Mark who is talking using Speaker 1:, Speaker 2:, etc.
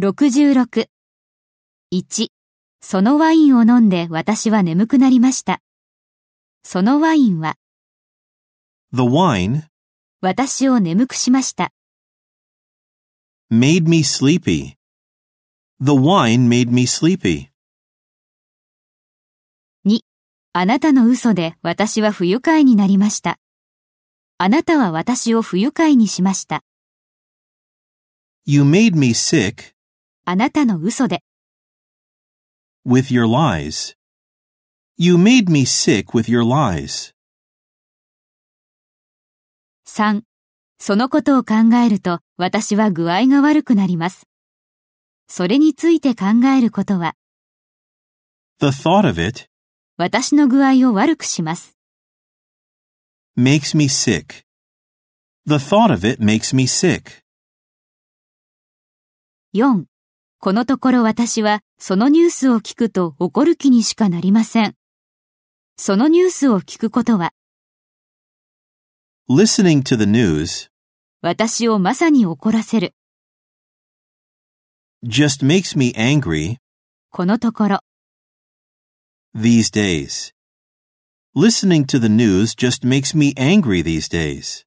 Speaker 1: 66。1、そのワインを飲んで私は眠くなりました。そのワインは
Speaker 2: The wine
Speaker 1: 私を眠くしました。
Speaker 2: made me sleepy. The wine made me sleepy.
Speaker 1: あなたの嘘で私は不愉快になりました。あなたは私を不愉快にしました。
Speaker 2: You made me sick
Speaker 1: あなたの嘘で。
Speaker 2: with your lies. You made me sick with your lies.
Speaker 1: 3. そのことを考えると私は具合が悪くなります。それについて考えることは
Speaker 2: The thought of it
Speaker 1: 私の具合を悪くします。
Speaker 2: makes me sick. The thought of it makes me sick.
Speaker 1: 4. このところ私はそのニュースを聞くと怒る気にしかなりません。そのニュースを聞くことは
Speaker 2: Listening to the news
Speaker 1: 私をまさに怒らせる。
Speaker 2: just makes me angry
Speaker 1: このところ。
Speaker 2: these days. Listening to the news just makes me angry these days.